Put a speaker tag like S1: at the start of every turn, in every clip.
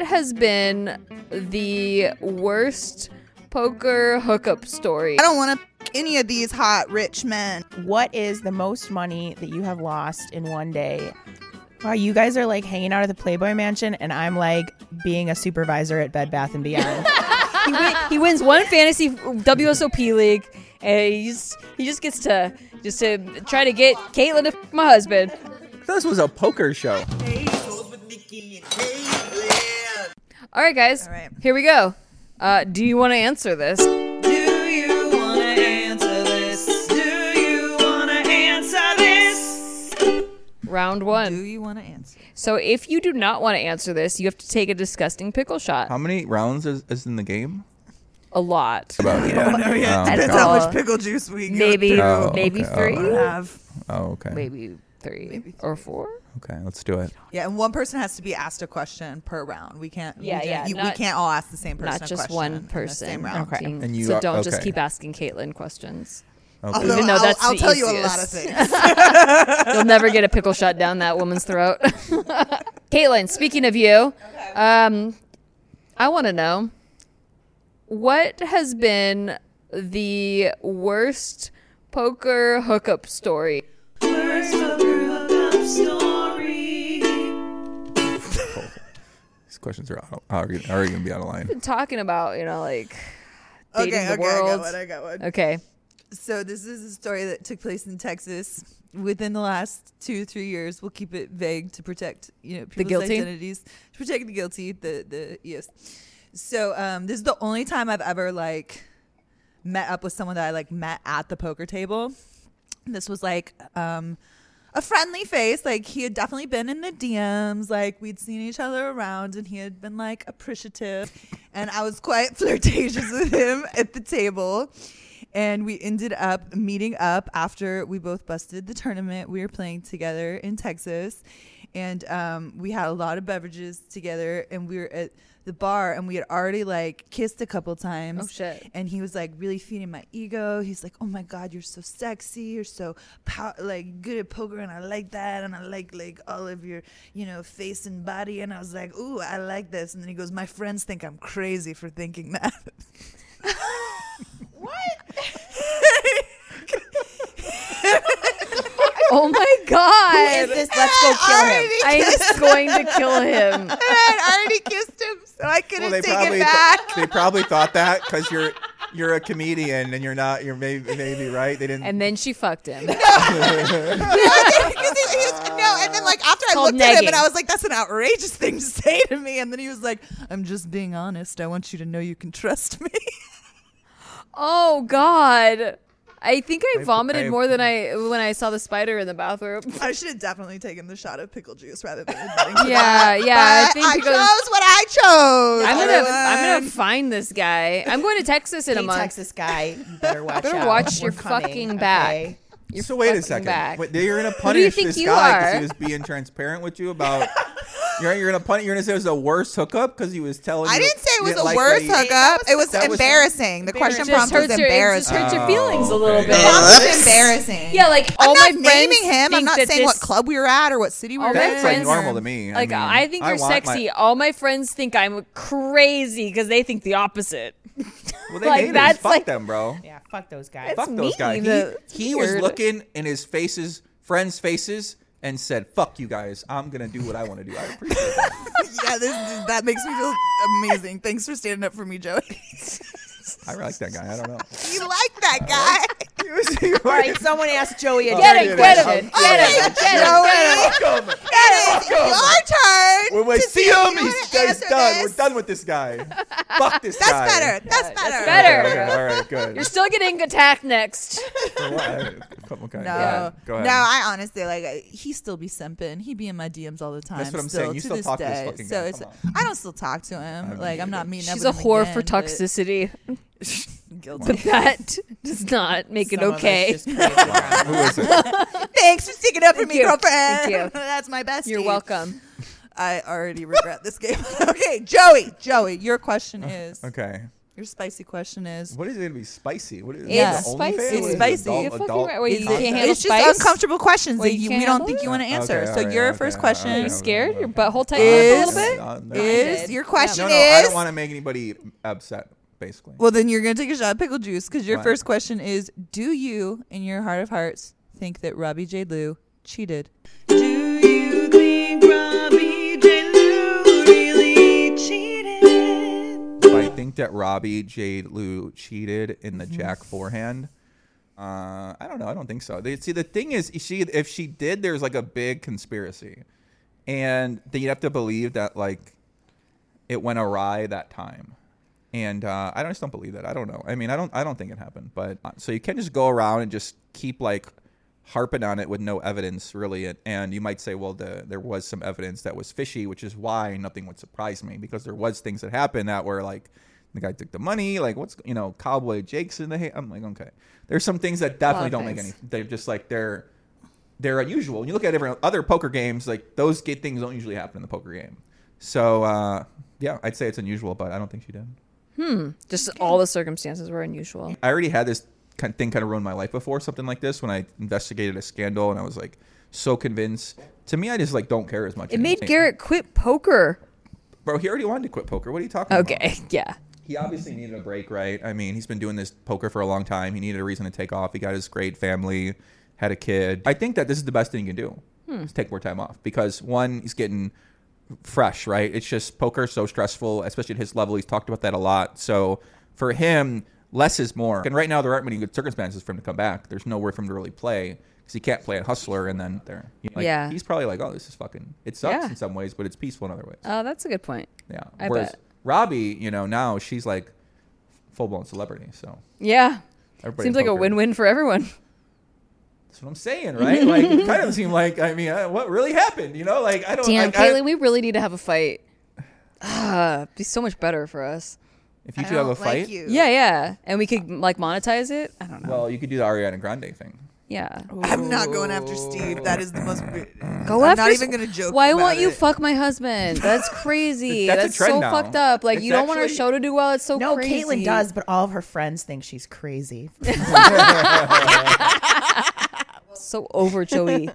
S1: has been the worst poker hookup story.
S2: I don't want to any of these hot rich men.
S3: What is the most money that you have lost in one day? Wow, you guys are like hanging out at the Playboy Mansion, and I'm like being a supervisor at Bed Bath and Beyond.
S4: He, win- he wins one fantasy WSOP league, and he just, he just gets to just to try to get Caitlin to f- my husband.
S5: This was a poker show.
S1: All right, guys.
S2: All right.
S1: Here we go. Uh, do you want to answer this? Round
S2: Do
S1: one.
S2: you want to answer?
S1: So if you do not want to answer this, you have to take a disgusting pickle shot.
S5: How many rounds is, is in the game?
S1: A lot.
S5: About
S2: Oh, yeah.
S5: Oh,
S2: Depends
S1: okay.
S2: how much pickle juice we go
S1: Maybe,
S2: through.
S5: Oh,
S1: maybe
S5: okay.
S1: three,
S2: have.
S5: Oh, okay.
S1: maybe three, or four.
S5: Okay, let's do it.
S2: Yeah, and one person has to be asked a question per round. We can't.
S1: Yeah,
S2: we can't,
S1: yeah,
S2: You, we
S1: not-
S2: can't all ask the same person.
S1: Not
S2: a
S1: just
S2: question in
S1: one
S2: the
S1: person.
S2: same round.
S3: Okay.
S5: And you
S1: so
S5: are-
S1: don't just
S5: okay.
S1: keep asking Caitlin questions.
S5: Okay.
S2: Although
S1: Even though
S2: I'll,
S1: that's
S2: I'll
S1: the
S2: tell you a lot of
S1: easiest.
S2: things.
S1: You'll never get a pickle shot down that woman's throat. Caitlin, speaking of you, um, I want to know what has been the worst poker hookup story?
S5: These questions are out- are, are already going to be out of line.
S1: Talking about, you know, like dating
S2: okay,
S1: the
S2: okay, I got
S1: world.
S2: one. I got one.
S1: okay.
S2: So this is a story that took place in Texas within the last two three years. We'll keep it vague to protect you know people's
S1: guilty?
S2: identities, to protect the guilty. The the yes. So um, this is the only time I've ever like met up with someone that I like met at the poker table. This was like um, a friendly face. Like he had definitely been in the DMs. Like we'd seen each other around, and he had been like appreciative. And I was quite flirtatious with him at the table. And we ended up meeting up after we both busted the tournament we were playing together in Texas. And um, we had a lot of beverages together, and we were at the bar, and we had already like kissed a couple times.
S1: Oh, shit.
S2: And he was like really feeding my ego. He's like, "Oh my god, you're so sexy. You're so pow- like good at poker, and I like that. And I like like all of your you know face and body." And I was like, "Ooh, I like this." And then he goes, "My friends think I'm crazy for thinking that."
S1: Oh my God.
S3: Is this let's go kill him?
S1: I am going to kill him.
S2: I already kissed him, so I couldn't take
S5: probably
S2: it back.
S5: they probably thought that because you're you're a comedian and you're not you're maybe maybe right they didn't
S1: And then she fucked him.
S2: Because he- he was- no, and then like after I
S1: called
S2: looked at him
S1: negging.
S2: and I was like, "That's an outrageous thing to say to me," and then he was like, "I'm just being honest. I want you to know you can trust me."
S1: Oh God. I think I
S5: I-
S1: vomited
S5: I-
S1: more than I when I saw the spider in the bathroom.
S2: I should have definitely taken the shot of pickle juice rather than admitting to
S1: Yeah,
S2: that.
S1: yeah, I
S2: But
S1: think because-
S2: chose what I chose.
S1: I'm gonna I'm
S2: everyone.
S1: gonna find this guy. I'm going to Texas in a
S3: Hey,
S1: month.
S3: Texas guy, you better watch
S1: Better
S3: out.
S1: watch
S3: We're
S1: your
S3: coming,
S1: fucking back.
S3: okay?
S1: You're
S5: so wait a
S1: fucking
S5: second
S1: back.
S5: Wait, you're gonna
S1: do you
S5: punish
S1: think
S5: this
S1: you
S5: guy
S1: are?
S5: because he was being transparent with you about you're you're gonna punish you're gonna say it was the worst hookup because he was telling
S2: I
S5: you
S2: didn't say it
S5: you
S2: was
S5: didn't
S2: the
S5: like
S2: worst
S5: what he-
S2: hookup. It was
S5: that was-
S2: embarrassing. The
S1: It
S2: question
S1: just
S2: prompt was
S1: hurts your it just
S2: embarrassing.
S1: hurts your feelings a little
S2: The
S1: bit.
S2: prompt was embarrassing.
S1: Yeah, like
S2: I'm
S1: all
S2: not
S1: my friends
S2: naming him. I'm
S1: think
S2: not
S1: that
S2: saying what
S1: this-
S2: club we were at or what city we were
S1: All my
S2: in.
S5: that's like
S1: friends-
S5: normal to me
S1: Like
S5: I, mean,
S1: I think you're
S5: want my-
S1: sexy. All my friends think I'm crazy because they think the opposite.
S5: well, they
S1: like,
S5: hate us.
S1: that's
S5: fuck
S1: like-
S5: them bro
S3: Yeah, fuck those guys.
S5: fuck those
S1: mean,
S5: guys
S1: though.
S5: he, he was
S1: Weird.
S5: looking in his faces friends faces and said fuck you guys I'm gonna do what I want to do I appreciate it.
S2: yeah, this, that makes me feel amazing. Thanks for standing up for me, Joey.
S5: I like that guy I don't know
S2: you like that guy.
S5: He was- he was-
S3: All right, someone asked Joey a
S1: Get
S5: I
S1: it,
S5: did
S1: get
S5: it.
S1: him,
S5: I'm-
S1: get him, get him.
S5: Welcome.
S2: It is your turn.
S5: When we
S2: to
S5: see
S2: if
S5: him,
S2: you
S5: he's,
S2: wanna
S5: he's
S2: answer
S5: done.
S2: this.
S5: We're done with this guy. Fuck this
S2: That's
S5: guy.
S2: better. That's better.
S1: better.
S5: Okay, okay, all right, good.
S1: You're still getting attacked next.
S5: Come on, okay,
S2: No,
S5: yeah, go ahead.
S2: no. I honestly like. I, he still be simping. He be in my DMs all the time.
S5: That's what I'm
S2: still,
S5: saying. You
S2: to
S5: still
S2: this
S5: talk to this
S2: day.
S5: fucking
S2: so
S5: guy.
S2: it's.
S5: Come on.
S2: I don't still talk to him. like I'm not meeting. up
S1: She's a
S2: with him
S1: whore
S2: again,
S1: for
S2: but-
S1: toxicity, but
S2: Guilty.
S1: that does not make it okay.
S5: Who is it?
S2: Thanks for sticking up for me,
S1: you.
S2: girlfriend.
S1: Thank you.
S2: That's my best.
S1: You're welcome.
S2: I already regret this game. okay, Joey. Joey, your question is.
S5: Uh, Okay.
S2: Your spicy question is.
S5: What is it gonna be spicy? What is
S2: Yeah.
S5: is it?
S4: Spicy.
S5: OnlyFans?
S2: It's
S5: Is it
S2: spicy.
S5: adult-
S2: You're
S4: fucking
S5: adult
S4: right. Wait, you
S5: content?
S4: can't handle
S2: it's just
S4: spice?
S2: uncomfortable questions
S4: Wait,
S2: that
S4: you
S2: you,
S4: can't
S2: we don't
S4: handle
S2: think
S4: it?
S2: you want to
S5: Okay,
S2: answer. so
S5: alright,
S2: your
S5: okay,
S2: first
S5: okay,
S2: question
S5: okay.
S4: You scared? Your butthole tight
S2: is
S4: up a little bit?
S5: No, no,
S2: is
S4: did.
S2: your question
S5: no, no, I
S2: is
S5: don't want to make anybody upset. Basically,
S2: well then you're gonna take a shot of pickle juice because your
S5: What?
S2: first question is do you in your heart of hearts think that Robbie J Lou cheated?
S5: if I think that Robbie Jade Lou cheated in the Jack forehand. Uh, I don't know. I don't think so. They, see, the thing is, if she if she did, there's like a big conspiracy, and then you'd have to believe that like it went awry that time. And uh, I just don't believe that. I don't know. I mean, I don't. I don't think it happened. But uh, so you can't just go around and just keep like harping on it with no evidence really. And, and you might say, well, the, there was some evidence that was fishy, which is why nothing would surprise me because there was things that happened that were like the guy took the money, like what's you know Cowboy Jake's in the. Ha- I'm like, okay, there's some things that definitely don't make any. They're just like they're they're unusual. When you look at every other poker games, like those ga- things don't usually happen in the poker game. So uh, yeah, I'd say it's unusual, but I don't think she did.
S1: Just all the circumstances were unusual.
S5: I already had this kind of thing kind of ruin my life before something like this when I investigated a scandal and I was like so convinced. To me, I just like don't care as much.
S1: It made
S5: anymore.
S1: Garrett quit poker.
S5: bro. He already wanted to quit poker. What are you talking about?
S1: Okay, yeah.
S5: he obviously needed a break, right? I mean, he's been doing this poker for a long time. He needed a reason to take off. He got his great family, had a kid. I think that this is the best thing you can do.
S1: Hmm.
S5: Is take more time off because one, he's getting fresh, right? It's just poker is so stressful, especially at his level. He's talked about that a lot. So for him, less is more. And right now, there aren't many good circumstances for him to come back. There's nowhere for him to really play because he can't play at Hustler and then there. You know, like,
S1: Yeah.
S5: He's probably like, oh, this is fucking. It sucks
S1: Yeah.
S5: in some ways, but it's peaceful in other ways.
S1: Oh, that's a good point.
S5: Yeah.
S1: I
S5: Whereas
S1: bet.
S5: Robbie, you know, now she's like full blown celebrity. So
S1: Yeah.
S5: everybody
S1: Seems
S5: in
S1: like a
S5: poker-
S1: win win for everyone.
S5: That's what I'm saying, right? like, it kind of seemed like I mean, uh, what really happened? You know, like I don't.
S1: Damn,
S5: Oh, like, I-
S1: Caitlin, we really need to have a fight. Ah, be so much better for us.
S5: if you two have a fight,
S1: Yeah, yeah. And we could like monetize it. I don't know.
S5: well, you could do the Ariana Grande thing.
S1: Yeah.
S2: I'm not going after Steve. That is the most.
S1: Go
S2: I'm
S1: after
S2: not
S1: s-
S2: even gonna joke.
S1: Why
S2: about
S1: won't you
S2: it.
S1: fuck my husband? That's crazy.
S5: That's a
S1: That's,
S5: trend
S1: so
S5: now.
S1: fucked up. Like
S5: It's
S1: you don't want our
S5: actually-
S1: show to do well. It's so
S3: No,
S1: crazy.
S3: Caitlyn does, but all of her friends think she's crazy.
S1: So over Joey.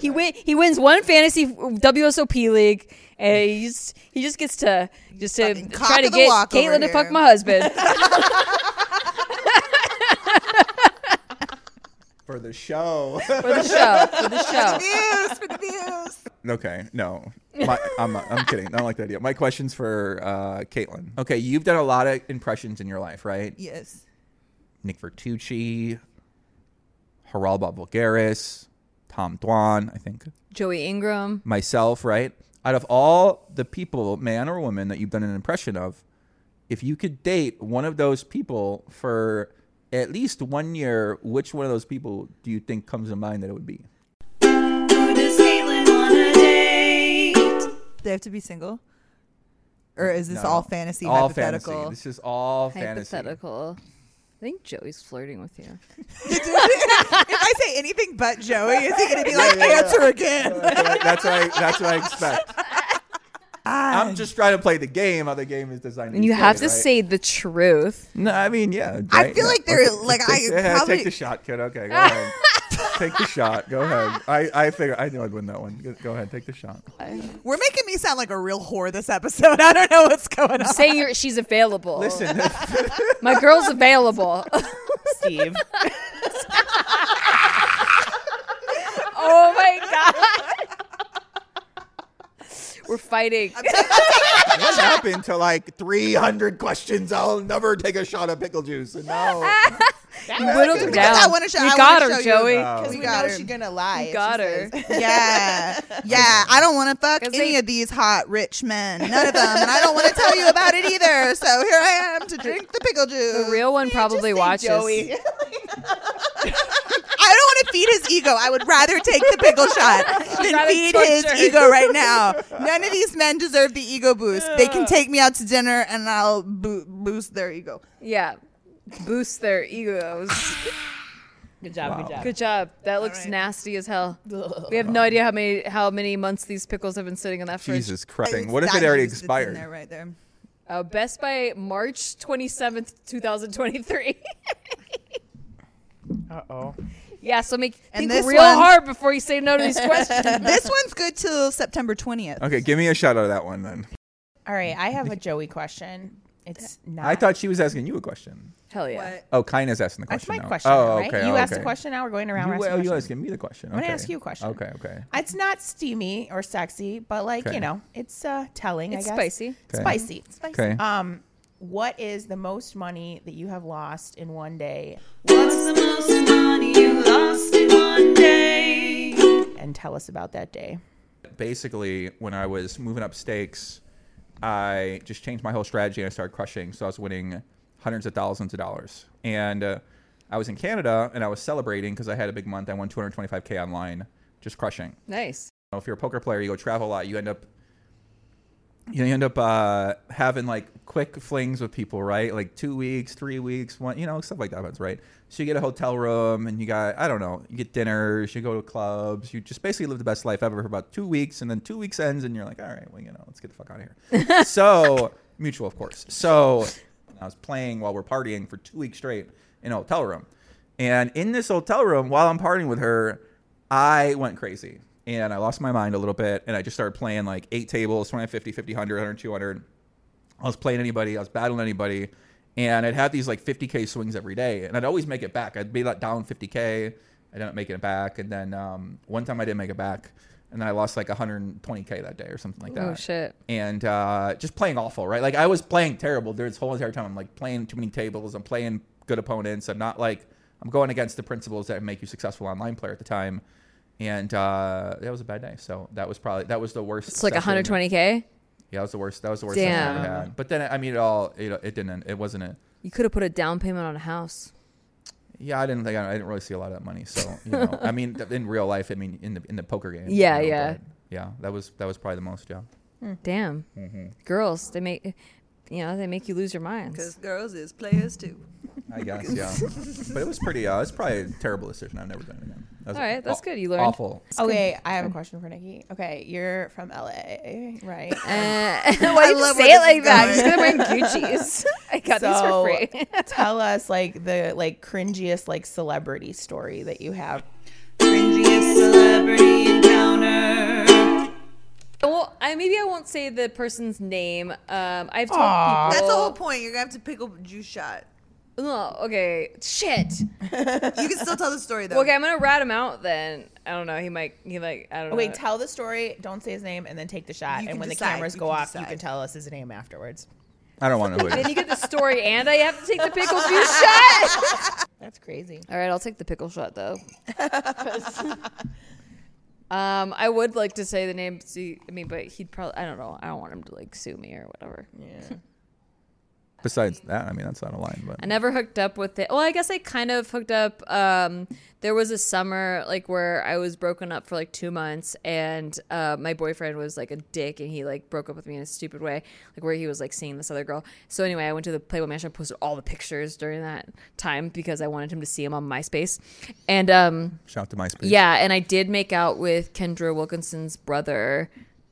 S1: he win. He wins one fantasy WSOP league, and he just he just gets to just to
S2: Fucking cock
S1: try to
S2: of the
S1: get
S2: walk over
S1: Caitlin to fuck
S2: here.
S1: my husband.
S5: For the show.
S1: for the show. For the show.
S2: Views for the views.
S5: okay, no. My, I'm, not- I'm kidding. I don't like that idea. My question's for uh, Caitlin. Okay, you've done a lot of impressions in your life, right?
S2: Yes.
S5: Nick Vertucci, Haralba Vulgaris, Tom Dwan, I think.
S1: Joey Ingram.
S5: myself, right? Out of all the people, man or woman, that you've done an impression of, if you could date one of those people for at least one year, which one of those people do you think comes to mind that it would be?
S2: They have to be single. Or is this
S5: No,
S2: all
S5: no.
S2: fantasy
S5: all
S2: hypothetical?
S5: Fantasy. This is all fantasy.
S1: Hypothetical. I think Joey's flirting with you.
S2: if I say anything but Joey, is he going to be like, answer again?
S5: that's what I, that's what I expect.
S2: Ah.
S5: I'm just trying to play the game. How the game is designed.
S1: And you
S5: be
S1: have to
S5: played, right?
S1: say the truth.
S5: No, I mean, yeah.
S2: I
S5: right,
S2: feel
S5: yeah,
S2: like they're-
S5: okay.
S2: like,
S5: Take-
S2: I
S5: yeah,
S2: probably-
S5: take the shot, kid. Okay, go ahead. take the shot. Go ahead. I I figure I knew I'd win that one. Go- Go ahead, take the shot.
S2: We're making me sound like a real whore this episode. I don't know what's going on.
S1: Saying you're, she's available.
S5: Listen,
S1: My girl's available.
S3: Steve.
S1: oh my god. We're fighting.
S5: what happened to like 300 questions? I'll never take a shot of pickle juice. And now,
S1: You whittled her down.
S2: I wanna show-
S1: you
S2: I
S1: got
S2: wanna
S1: her,
S2: show
S1: Joey.
S2: you.
S5: Oh.
S2: We
S3: we
S2: got
S3: know
S2: her.
S3: she's gonna lie. if
S1: Got
S3: she
S1: her.
S3: says-
S2: Yeah. Yeah. I don't want to fuck
S1: 'Cause
S2: any
S1: they-
S2: of these hot, rich men. None of them. And I don't want to tell you about it either. So here I am to drink the pickle juice.
S1: The real one probably watches.
S3: Joey.
S2: I don't want to feed his ego. I would rather take the pickle shot than
S1: gotta
S2: feed
S1: torture.
S2: his ego right now. None of these men deserve the ego boost. They can take me out to dinner and I'll bo- boost their ego.
S1: Yeah. Boost their egos.
S3: Good job.
S5: Wow.
S3: Good job.
S1: Good job. That looks
S2: right.
S1: nasty as hell. We have no idea how many how many months these pickles have been sitting in that fridge.
S5: Jesus Christ.
S2: It's
S5: What if
S2: that
S5: it already
S2: juice that's in
S5: expired?
S2: There, right there.
S1: Uh, best by March 27th, 2023.
S3: Uh oh.
S1: yeah, so make
S2: And
S1: think
S2: this
S1: real
S2: one-
S1: hard before you say no to these questions.
S2: this one's good till September 20th.
S5: Okay, give me a shout out of that one then.
S3: All right, I have a Joey question. It's not.
S5: I thought she was asking you a question.
S1: Hell yeah.
S2: What?
S5: Oh, Kaina's asking the
S3: that's
S5: question.
S3: my
S5: now.
S3: question.
S5: Oh,
S3: right?
S5: okay.
S3: You
S5: oh,
S3: asked
S5: okay.
S3: a question. Now we're going around.
S5: You,
S3: asking
S5: oh, you
S3: questions.
S5: asking me the question.
S3: gonna
S5: okay.
S3: ask you a question.
S5: Okay, okay.
S3: It's not steamy or sexy, but like
S5: Okay.
S3: you know, it's uh, telling.
S1: It's
S3: I guess.
S1: spicy.
S5: Okay.
S3: Spicy. Spicy.
S5: Okay.
S3: Um, what is the most money that you have lost in one day?
S6: What's the most money you lost in one day?
S3: And tell us about that day.
S5: Basically, when I was moving up stakes, I just changed my whole strategy and I started crushing. So I was winning hundreds of thousands of dollars. And uh, I was in Canada and I was celebrating because I had a big month. I won 225K online, just crushing.
S1: Nice.
S5: know, if you're a poker player, you go travel a lot. You end up, you end up uh, having like quick flings with people, right? Like two weeks, three weeks, one, you know, stuff like that happens, right? So you get a hotel room, and you got, I don't know, you get dinners, you go to clubs, you just basically live the best life ever for about two weeks, and then two weeks ends, and you're like, all right, well, you know, let's get the fuck out of here. so mutual, of course. So I was playing while we're partying for two weeks straight in a hotel room, and in this hotel room, while I'm partying with her, I went crazy and I lost my mind a little bit and I just started playing like eight tables 20, 50, 50, 100, 100, 200. I was playing anybody, I was battling anybody. And I'd have these like 50K swings every day and I'd always make it back. I'd be like down 50K. I didn't make it back. And then um, one time I didn't make it back and I lost like 120K that day or something like that
S1: Oh, shit.
S5: and uh, just playing awful, right? Like I was playing terrible this whole entire time. I'm like playing too many tables. I'm playing good opponents. I'm not like I'm going against the principles that make you successful online player at the time. And uh, that was a bad day. So that was probably that was the worst.
S1: It's like
S5: session.
S1: 120K.
S5: Yeah, that was the worst. That was the worst. session I ever
S1: Damn.
S5: had. But then I mean, it all you know, it didn't. It wasn't a.
S1: You could have put a down payment on a house.
S5: Yeah, I didn't think I, I didn't really see a lot of that money. So you know, I mean, in real life, I mean, in the in the poker game. you
S1: Yeah,
S5: know,
S1: yeah.
S5: but, yeah, that was that was probably the most. Yeah.
S1: Damn.
S5: Mm-hmm.
S1: Girls, they make you know, they make you lose your
S2: Because
S1: minds.
S2: girls is players too.
S5: I guess, yeah. but it was pretty. Uh, it's probably a terrible decision. I've never done it again. That was
S1: All right, that's
S5: aw-
S1: good. You learned.
S5: Awful.
S3: Okay, I have a question for Nikki. Okay, you're from LA, right?
S1: Uh, why you
S2: love
S1: say
S2: where
S1: it like
S2: this is
S1: that? I'm just gonna bring Gucci's. I got
S3: So-
S1: these for free.
S3: Tell us like the like cringiest like celebrity story that you have.
S6: Cringiest celebrity encounter.
S1: well, I maybe I won't say the person's name. Um, I've told
S3: Aw.
S1: people.
S2: That's the whole point. You're gonna have to pick a juice shot.
S1: No, okay. Shit.
S2: You can still tell the story though.
S1: Okay, I'm gonna rat him out then. I don't know. He might. He like. I don't know.
S3: Wait, tell the story. Don't say his name, and then take the shot.
S2: You
S3: and
S2: can
S3: when the
S2: decide,
S3: cameras
S2: you
S3: go
S2: can
S3: off, you
S2: decide.
S3: can tell us his name afterwards.
S5: I don't want to know who it
S1: then
S5: is.
S1: you get the story, and I have to take the pickle juice shot.
S3: That's crazy.
S1: All right, I'll take the pickle shot though. 'Cause- um, I would like to say the name. See, I mean, but he'd probably. I don't know. I don't want him to like sue me or whatever.
S5: Besides that, I mean, that's not a line,
S1: I
S5: but
S1: never hooked up with it. Well, I guess I kind of hooked up. Um, there was a summer like where I was broken up for like two months, and uh, my boyfriend was like a dick, and he like broke up with me in a stupid way, like where he was like seeing this other girl. So anyway, I went to the Playboy Mansion, and posted all the pictures during that time because I wanted him to see him on MySpace, and um,
S5: shout out to MySpace.
S1: yeah, and I did make out with Kendra Wilkinson's brother.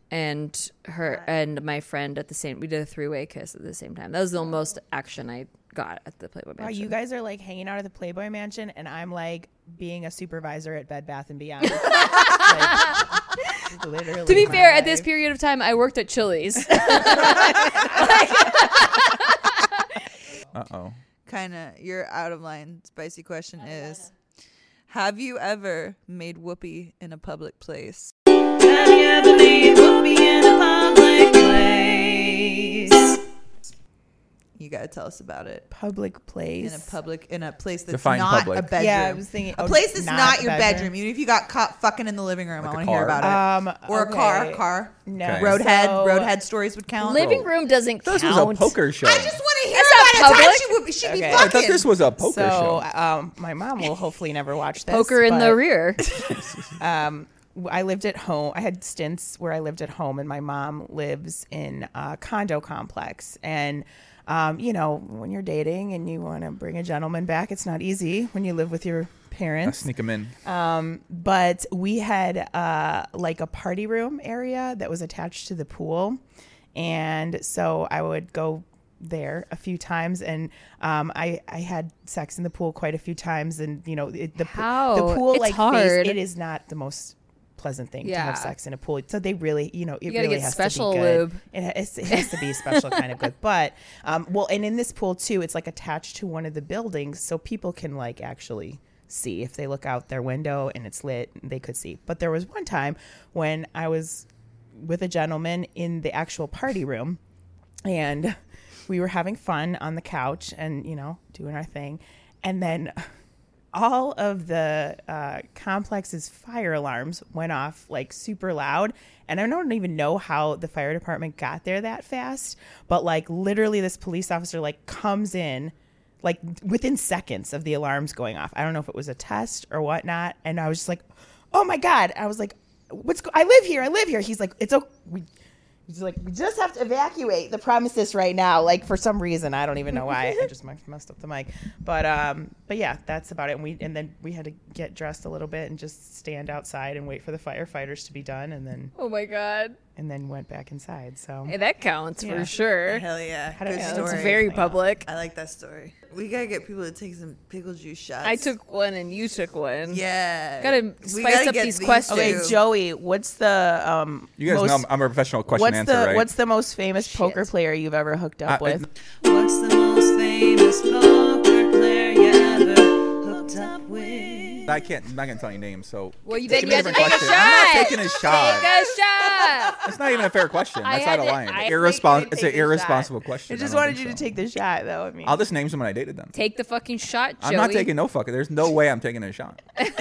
S1: And her and my friend at the same, we did a three way kiss at the same time. That was the
S7: Oh.
S1: most action I got at the Playboy Mansion.
S3: Wow, you guys are like hanging out at the Playboy Mansion, and I'm like being a supervisor at Bed Bath and Beyond. Like, literally
S1: To be
S3: my
S1: fair, at this
S3: life.
S1: period of time, I worked at Chili's.
S5: Uh oh.
S2: Kind of, your out of line spicy question is: Have you ever made whoopee in a public place?
S6: Have you ever made whoopee in a public place?
S2: You gotta tell us about it.
S3: public place.
S2: In a public, in a place that's
S5: Define
S2: not
S5: public.
S2: a bedroom.
S3: Yeah, I was thinking-
S2: a
S3: oh,
S2: place that's
S3: not
S2: not,
S3: a
S2: your
S3: bedroom.
S2: bedroom. Even if you got caught fucking in the living room, I
S5: Like a
S2: want to hear
S5: car?
S2: about it.
S3: um,
S2: or a car,
S3: okay.
S2: car.
S3: No,
S5: Okay.
S2: Roadhead,
S3: So-
S2: roadhead stories would count.
S1: Living room doesn't
S5: This was a
S1: count.
S5: poker show.
S2: I just want to hear
S1: That's not
S2: about a time
S1: public.
S2: she would, she'd
S3: Okay.
S2: be
S3: I
S5: I
S2: fucking.
S5: thought this was a poker
S3: so,
S5: show.
S3: um, my mom will hopefully never watch this.
S1: Poker in the
S3: but-
S1: rear.
S3: w- I lived at home. I had stints where I lived at home, and my mom lives in a condo complex. And, um, you know, when you're dating and you want to bring a gentleman back, it's not easy when you live with your
S5: I
S3: parents.
S5: sneak him in.
S3: But we had uh, like a party room area that was attached to the pool. and so I would go there a few times and um I I had sex in the pool quite a few times and you know it, the, p-
S1: How?
S3: the pool
S1: It's
S3: like phase-
S1: hard.
S3: it is not the most pleasant thing to
S1: Yeah.
S3: have sex in a pool so they really you know it
S1: gotta
S3: really
S1: get
S3: has
S1: special
S3: to be good.
S1: lube.
S3: It has, it has to be special kind of good. But um, well, and in this pool too, it's like attached to one of the buildings, so people can like actually see if they look out their window and it's lit, they could see. But there was one time when I was with a gentleman in the actual party room, and we were having fun on the couch and you know doing our thing, and then all of the uh, complex's fire alarms went off like super loud. And I don't even know how the fire department got there that fast, but like literally, this police officer like comes in like within seconds of the alarms going off. I don't know if it was a test or whatnot. And I was just like, oh my God. I was like, what's go- I live here. I live here. He's like, it's okay. We, He's like, we just have to evacuate the premises right now. Like for some reason, I don't even know why. I just mu- messed up the mic. But um, but yeah, that's about it. And we and then we had to get dressed a little bit and just stand outside and wait for the firefighters to be done, and then
S1: Oh my god.
S3: and then went back inside. So
S1: Hey, that counts
S3: Yeah.
S1: for sure.
S7: Hell yeah.
S3: do
S7: Good
S3: you know?
S7: story.
S3: It's
S1: It's very public.
S7: I like that story. We gotta get people to take some pickle juice shots.
S1: I took one and you took one.
S7: Yeah.
S1: Gotta
S7: We
S1: spice up
S7: get
S1: these questions.
S3: okay,
S7: two.
S3: Joey, what's the um?
S5: You guys know I'm, I'm a professional question
S3: what's
S5: answer,
S3: the
S5: right?
S3: what's the most famous poker player you've ever hooked up
S5: Uh,
S3: with?
S6: What's the most famous poker player you ever hooked up with?
S5: I can't. I'm not gonna tell you names. So
S1: Well, you
S5: Give
S1: then
S5: me
S1: you have to
S5: different
S1: take a
S5: questions. I'm
S1: shot.
S5: not taking a shot.
S1: Take a shot.
S5: It's not even a fair question.
S1: I
S5: That's
S1: had
S5: out of
S1: to-
S5: line.
S1: I had to
S3: make you
S5: Irresponsible. It's an
S3: take your
S5: irresponsible
S3: I
S5: question. I
S3: just
S5: don't
S3: wanted you
S5: think
S3: to
S5: so.
S3: take the shot, though. I mean,
S5: I'll just name someone I dated them.
S1: Take the fucking shot, Joey.
S5: I'm not taking no fuck. There's no way I'm taking a shot. I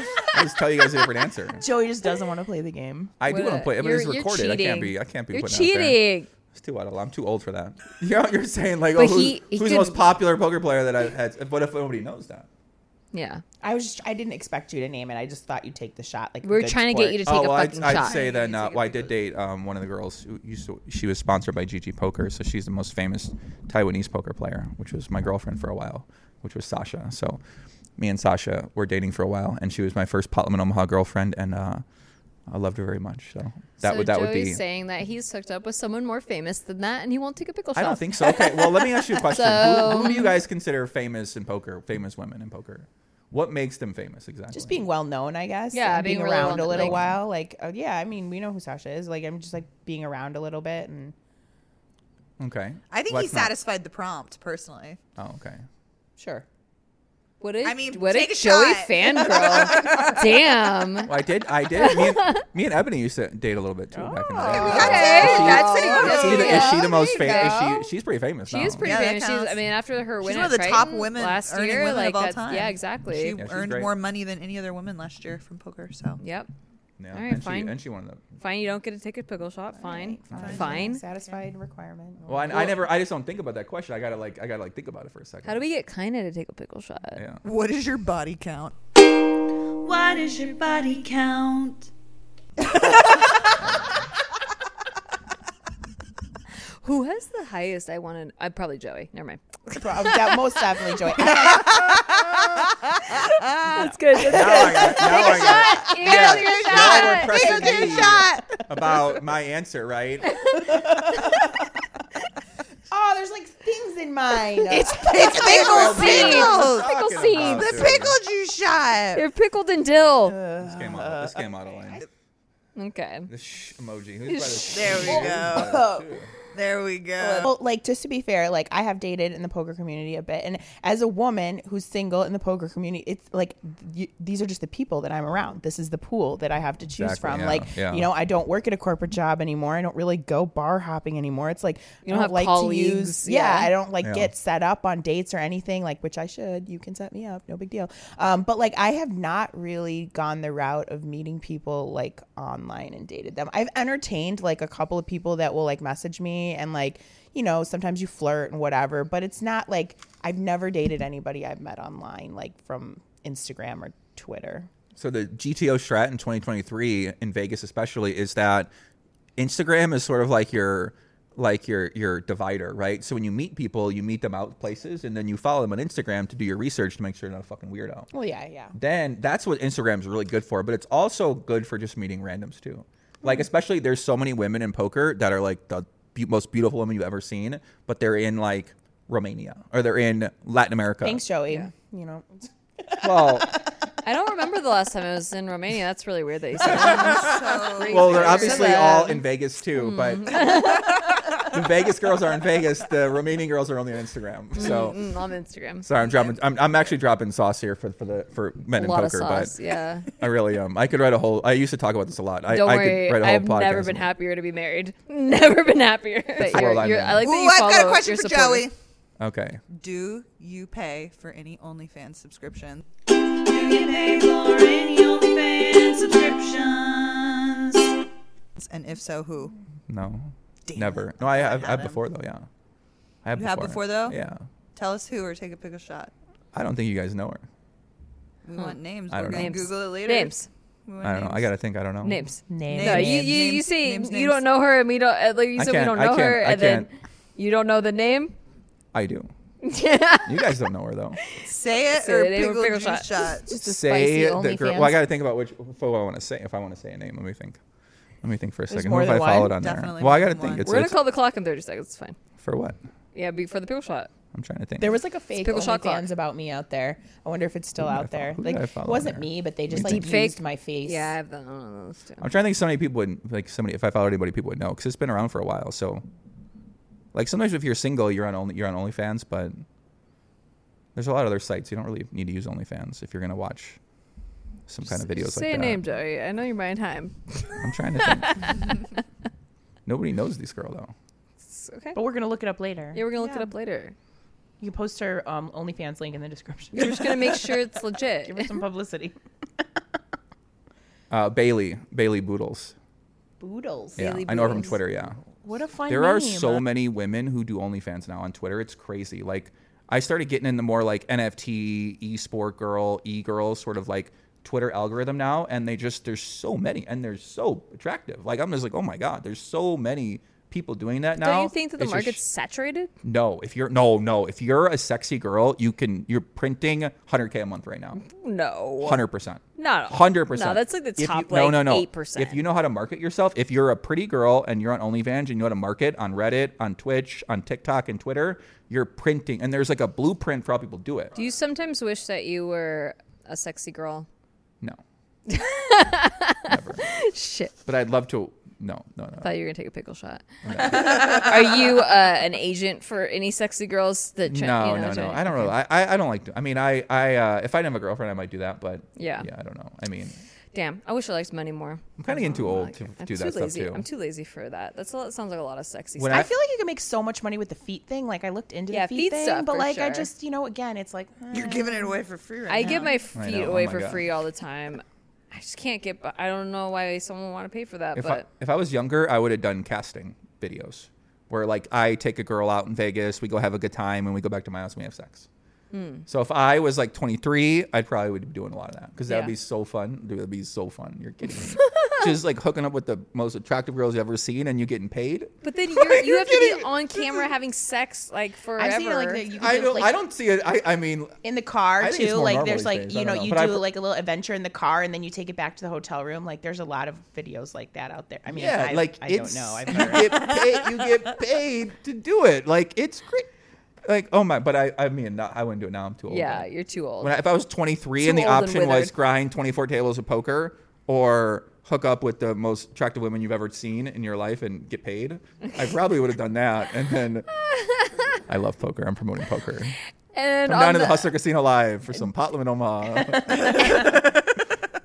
S5: just tell you guys a different answer.
S3: Joey just doesn't want to play the game.
S5: I do
S1: What
S5: want
S1: a-
S5: to play, it, but
S1: you're-
S5: it's
S1: you're
S5: recorded. I
S1: cheating.
S5: can't be. I can't be
S1: You're
S5: putting it out there.
S1: cheating.
S5: It's too out of line. I'm too old for that. You know, you're saying like, oh,
S1: But
S5: who's,
S1: he- he
S5: who's the most
S1: didn't-
S5: popular poker player that I've had? What if nobody knows that?
S1: Yeah.
S3: I was just, I didn't expect you to name it. I just thought you'd take the shot. Like a
S1: We're
S3: good
S1: trying to
S3: sport.
S1: get you to take
S5: oh, well,
S1: a
S5: I'd-
S1: fucking
S5: I'd,
S1: shot.
S5: say then. Uh, well, I did date um, one of the girls who used to. She was sponsored by Gigi Poker, so she's the most famous Taiwanese poker player, which was my girlfriend for a while, which was Sasha. So, me and Sasha were dating for a while, and she was my first Portland Omaha girlfriend, and uh, I loved her very much. So that
S1: so
S5: would that
S1: Joey's
S5: would be.
S1: saying that he's hooked up with someone more famous than that, and he won't take a pickle shot.
S5: I don't think so. Okay, well, let me ask you a question.
S1: So-
S5: who, who do you guys consider famous in poker? Famous women in poker. What makes them famous exactly?
S3: just being well known, I guess.
S1: Yeah,
S3: and
S1: being
S3: being,
S1: really
S3: around
S1: well-
S3: a little
S1: like-
S3: while. Like, uh, yeah, I mean, we know who Sasha is. Like, I'm just like being around a little bit, and
S5: okay.
S2: I think
S5: Well,
S2: he
S5: that's not-
S2: satisfied the prompt personally.
S5: Oh, okay.
S3: sure.
S1: What a,
S2: I mean,
S1: what
S2: take
S1: a
S2: a
S1: Joey
S2: shot.
S1: fangirl. Damn.
S5: Well, I did. I did. Me and, me and Ebony used to date a little bit too back in the day.
S1: Oh, Okay.
S2: That's
S1: Oh,
S2: it.
S5: Is she, the,
S1: yeah.
S5: is she the most
S1: There you
S5: famous?
S1: go.
S5: Is she, she's pretty famous.
S1: She is
S5: now.
S1: pretty
S2: Yeah, that
S1: famous. She's, I
S2: counts.
S1: mean, after her win
S2: She's one
S1: at
S2: of the top
S1: Triton
S2: women Mm-hmm.
S1: last
S2: earning
S1: year,
S2: women
S1: like
S2: of all
S1: that's-
S2: time.
S1: Yeah, exactly.
S2: She
S5: she's
S2: earned
S5: great.
S2: more money than any other woman last year from poker. So
S1: Yep.
S5: Yeah.
S1: All right,
S5: and
S1: fine.
S5: She, and she won the.
S1: Fine, you don't get to take a pickle shot. Fine. Fine.
S3: Satisfied requirement.
S5: Well, I, I never. I just don't think about that question. I gotta like. I gotta like think about it for a second.
S1: How do we get Kinda to take a pickle shot?
S5: Yeah.
S2: what is your body count?
S6: Why does your body count?
S1: Who has the highest? I want to. I'm probably Joey. Never mind.
S3: Pro- that most definitely Joy.
S2: Ah.
S4: That's good. That's
S5: Now I got. Now I got. Yeah, Now we're pressing me about my answer, right?
S3: oh, there's like things in mine.
S2: It's pickles.
S1: Pickles.
S2: Pickles.
S1: Pickle
S5: Talking
S1: seeds.
S5: about,
S1: The
S5: dude.
S2: Pickle juice shot.
S1: They're pickled and dill.
S5: This came out. This came out of line.
S1: Okay.
S5: The shh emoji. Who's by the shh?
S7: There we go.
S5: Oh.
S7: There we go.
S3: well, like just to be fair, like I have dated in the poker community a bit, and as a woman who's single in the poker community, it's like th- you, these are just the people that I'm around. This is the pool that I have to choose
S5: Exactly,
S3: from.
S5: yeah,
S3: like
S5: yeah.
S3: you know, I don't work at a corporate job anymore. I don't really go bar hopping anymore. It's like
S1: You don't
S3: I don't
S1: have
S3: like
S1: colleagues,
S3: to use. Yeah,
S1: yeah.
S3: I don't like
S5: Yeah.
S3: get set up on dates or anything. Like which I should. You can set me up. No big deal. Um, but like I have not really gone the route of meeting people like online and dated them. I've entertained like a couple of people that will like message me and like you know, sometimes you flirt and whatever, but it's not like I've never dated anybody I've met online, like from Instagram or Twitter.
S5: So the GTO strat in 2023 in Vegas especially is that Instagram is sort of like your like your your divider, right? So when you meet people, you meet them out places and then you follow them on Instagram to do your research to make sure they're not a fucking weirdo.
S3: Well, yeah, yeah.
S5: Then that's what Instagram's really good for, but it's also good for just meeting randoms too. Like especially there's so many women in poker that are like the be- most beautiful women you've ever seen, but they're in like Romania or they're in Latin America.
S3: Thanks, Joey. You know,
S5: Well,
S1: I don't remember the last time I was in Romania. That's really weird that you said that.
S7: So
S5: well, they're
S1: Very
S5: obviously
S1: sad.
S5: all in Vegas too,
S1: Mm-hmm.
S5: but the Vegas girls are in Vegas. The Romanian girls are only on Instagram. So
S1: Mm, on Instagram.
S5: sorry, I'm dropping. I'm, I'm actually dropping sauce here for for the for men
S1: A
S5: in
S1: lot of
S5: poker,
S1: sauce.
S5: but
S1: Yeah.
S5: I really am. I could write a whole. I used to talk about this a lot. I,
S1: Don't
S5: I
S1: worry.
S5: could write a whole
S1: I've
S5: podcast.
S1: never been happier to be married. Never been happier. But
S5: the
S1: you're,
S5: world I'm
S1: you're,
S5: in.
S1: I like that
S2: Ooh,
S1: you
S2: I've
S1: follow,
S2: got a question
S1: you're
S2: for
S1: supportive.
S2: Joey.
S5: Okay.
S2: Do you pay for any OnlyFans subscription?
S6: Do you pay for any OnlyFans subscriptions?
S2: And if so, who?
S5: No. Never. No, I have, I have before though. Yeah. I have
S2: You have before, though?
S5: Yeah.
S2: Tell us who or take a pickle shot.
S5: I don't think you guys know her.
S2: We want names.
S5: I
S2: We're
S5: don't
S2: going
S5: know.
S2: to Google it later.
S1: Names.
S2: We want
S5: I don't know. I
S2: names.
S5: gotta think. I don't know.
S1: Names.
S3: name.
S2: Names.
S1: No, you,
S2: Names,
S1: you, you
S2: names,
S1: say
S2: names,
S1: you
S2: names.
S1: don't know her, and we don't. uh, Like you
S5: I
S1: said, we
S5: can't-
S1: don't
S5: I
S1: know
S5: can't-
S1: her,
S5: I
S1: and then
S5: can't.
S1: you don't know the name.
S5: I do. You guys don't know her though.
S2: Say it
S1: Say
S2: or
S1: the name or
S2: pickle,
S1: pickle
S2: juice
S1: shot.
S2: shot.
S4: Just a spicy OnlyFans.
S5: Well, I gotta think about which photo I want to say. If I want to say a name, let me think. Let me think for a second.
S3: more
S5: Who have
S3: than
S5: I
S3: one?
S5: followed on
S2: Definitely
S5: there? Well, I
S2: more
S5: gotta
S2: than
S5: think.
S2: one.
S5: It's,
S1: We're gonna
S5: it's-
S1: call the clock in 30 seconds. It's fine.
S5: for what?
S1: Yeah, before the pickle shot.
S5: I'm trying to think.
S3: There was like a fake
S1: pickle shot clock.
S3: OnlyFans about me out there. I wonder if it's still
S5: Who did I
S3: out
S5: follow?
S3: there.
S5: Who did
S3: like,
S5: I follow
S3: it wasn't
S5: there?
S3: me, but they just
S5: Let
S3: like
S5: me
S1: think.
S3: used
S1: Deepfake?
S3: my face.
S1: Yeah, I have the, I don't know those two.
S5: I'm trying to think. So many people would like somebody. If I followed anybody, people would know because it's been around for a while. So, like sometimes if you're single, you're on only you're on OnlyFans, but there's a lot of other sites. You don't really need to use OnlyFans if you're gonna watch some kind of videos
S1: Just
S5: like
S1: say a
S5: that.
S1: name, Joey. I know you're buying time.
S5: I'm trying to think. Nobody knows this girl though.
S1: It's okay.
S3: But we're gonna look it up later.
S1: Yeah, we're gonna look it
S2: Yeah.
S1: up later.
S3: You can post her um, OnlyFans link in the description.
S1: We're just gonna make sure it's legit.
S3: Give her some publicity.
S5: Uh, Bailey Bailey Boodles.
S3: Boodles.
S5: Yeah, I know her from Twitter. Yeah,
S3: What a fun.
S5: there are
S3: name.
S5: so many women who do OnlyFans now on Twitter. It's crazy. Like I started getting into more like NFT, e-sport girl, e-girl sort of like Twitter algorithm now, and they just there's so many and they're so attractive. Like I'm just like, oh my god, there's so many people doing that now.
S1: Don't you think that the
S5: It's just-
S1: market's saturated?
S5: no? If you're no no, if you're a sexy girl, you can you're printing 100k a month right now.
S1: No.
S5: Hundred percent.
S1: Not all.
S5: hundred percent.
S1: No, that's like the top, like, 8%.
S5: If you know how to market yourself, if you're a pretty girl and you're on OnlyFans and you know how to market on Reddit, on Twitch, on TikTok, and Twitter, you're printing, and there's like a blueprint for how people do it.
S1: Do you sometimes wish that you were a sexy girl?
S5: no, never.
S1: Shit.
S5: But I'd love to. No, no, no.
S1: Thought you were gonna take a pickle shot. Are you uh, an agent for any sexy girls that? Try,
S5: no,
S1: you know,
S5: no, no.
S1: try-
S5: I don't really. I, I, I don't like. To, I mean, I, I, uh, if I didn't have a girlfriend, I might do that. But
S1: Yeah.
S5: yeah, I don't know. I mean,
S1: Damn, I wish I liked money more.
S5: I'm kind of getting too old to
S1: I'm too
S5: do that
S1: lazy.
S5: stuff too.
S1: I'm too lazy for that. That's a lot, sounds like a lot of sexy
S5: When
S1: stuff.
S5: I-
S3: I feel like you can make so much money with the feet thing. Like I looked into
S1: Yeah,
S3: the feet,
S1: feet
S3: thing,
S1: stuff
S3: but
S1: for
S3: like I
S1: sure.
S3: just, you know, again, it's like eh.
S7: you're giving it away for free right
S1: I
S7: now.
S1: give my feet
S5: know. Oh
S1: away
S5: my
S1: for
S5: God.
S1: free all the time. I just can't get. bu- I don't know why someone would want to pay for that,
S5: If I,
S1: but
S5: if I was younger, I would have done casting videos where like I take a girl out in Vegas, we go have a good time, and we go back to my house and we have sex.
S3: Hmm.
S5: So if I was like 23, I probably would be doing a lot of that because that
S1: Yeah.
S5: would be so fun. Dude, that'd be so fun. You're kidding me. Just like hooking up with the most attractive girls you've ever seen, and you getting paid.
S1: but then you're, you have to be on camera having sex like forever.
S3: I've seen it like that. You can
S5: I
S3: do,
S5: don't.
S3: like,
S5: I don't see it. I. I mean,
S3: in the car
S5: I think it's
S3: too.
S5: more
S3: Like
S5: normal
S3: there's
S5: these
S3: like
S5: days. I
S3: you know
S5: don't know.
S3: you
S5: But I
S3: do
S5: pr-
S3: like a little adventure in the car and then you take it back to the hotel room. Like there's a lot of videos like that out there. I mean,
S5: yeah.
S3: I,
S5: like
S3: I don't
S5: it's-
S3: know. I've
S5: you
S3: never-
S5: get paid. You get paid to do it. Like it's great. Like oh my. But I. I mean, not, I wouldn't do it now. I'm too old.
S1: yeah,
S5: but-
S1: you're too old.
S5: When I, if I was 23
S1: Too
S5: and the
S1: old and
S5: option was
S1: withered.
S5: grind 24 tables of poker or hook up with the most attractive women you've ever seen in your life and get paid, I probably would have done that. And then I love poker. I'm promoting poker.
S1: and
S5: Come
S1: on
S5: down to the
S1: the-
S5: Hustler Casino Live for some pot limit Omaha.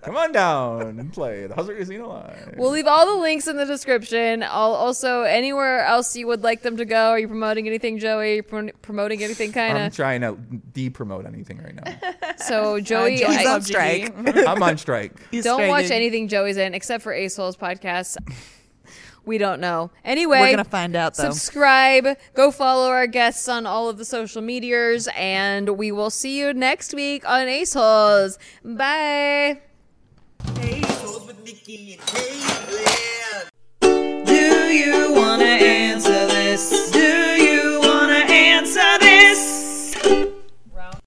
S5: Come on down and play the Hustler Casino Live.
S1: We'll leave all the links in the description. I'll also anywhere else you would like them to go. Are you promoting anything, Joey? Are you prom- promoting anything, kind
S5: I'm
S1: of?
S5: trying to de-promote anything right now.
S1: so Joey,
S3: Joey's
S1: I-
S3: on
S2: on strike.
S5: I'm on strike.
S1: don't watch anything Joey's in except for Ace Holes podcast. We don't know. Anyway,
S2: We're going to find out, though.
S1: subscribe. Go follow our guests on all of the social medias, and we will see you next week on Ace Holes. Bye.
S7: Do you want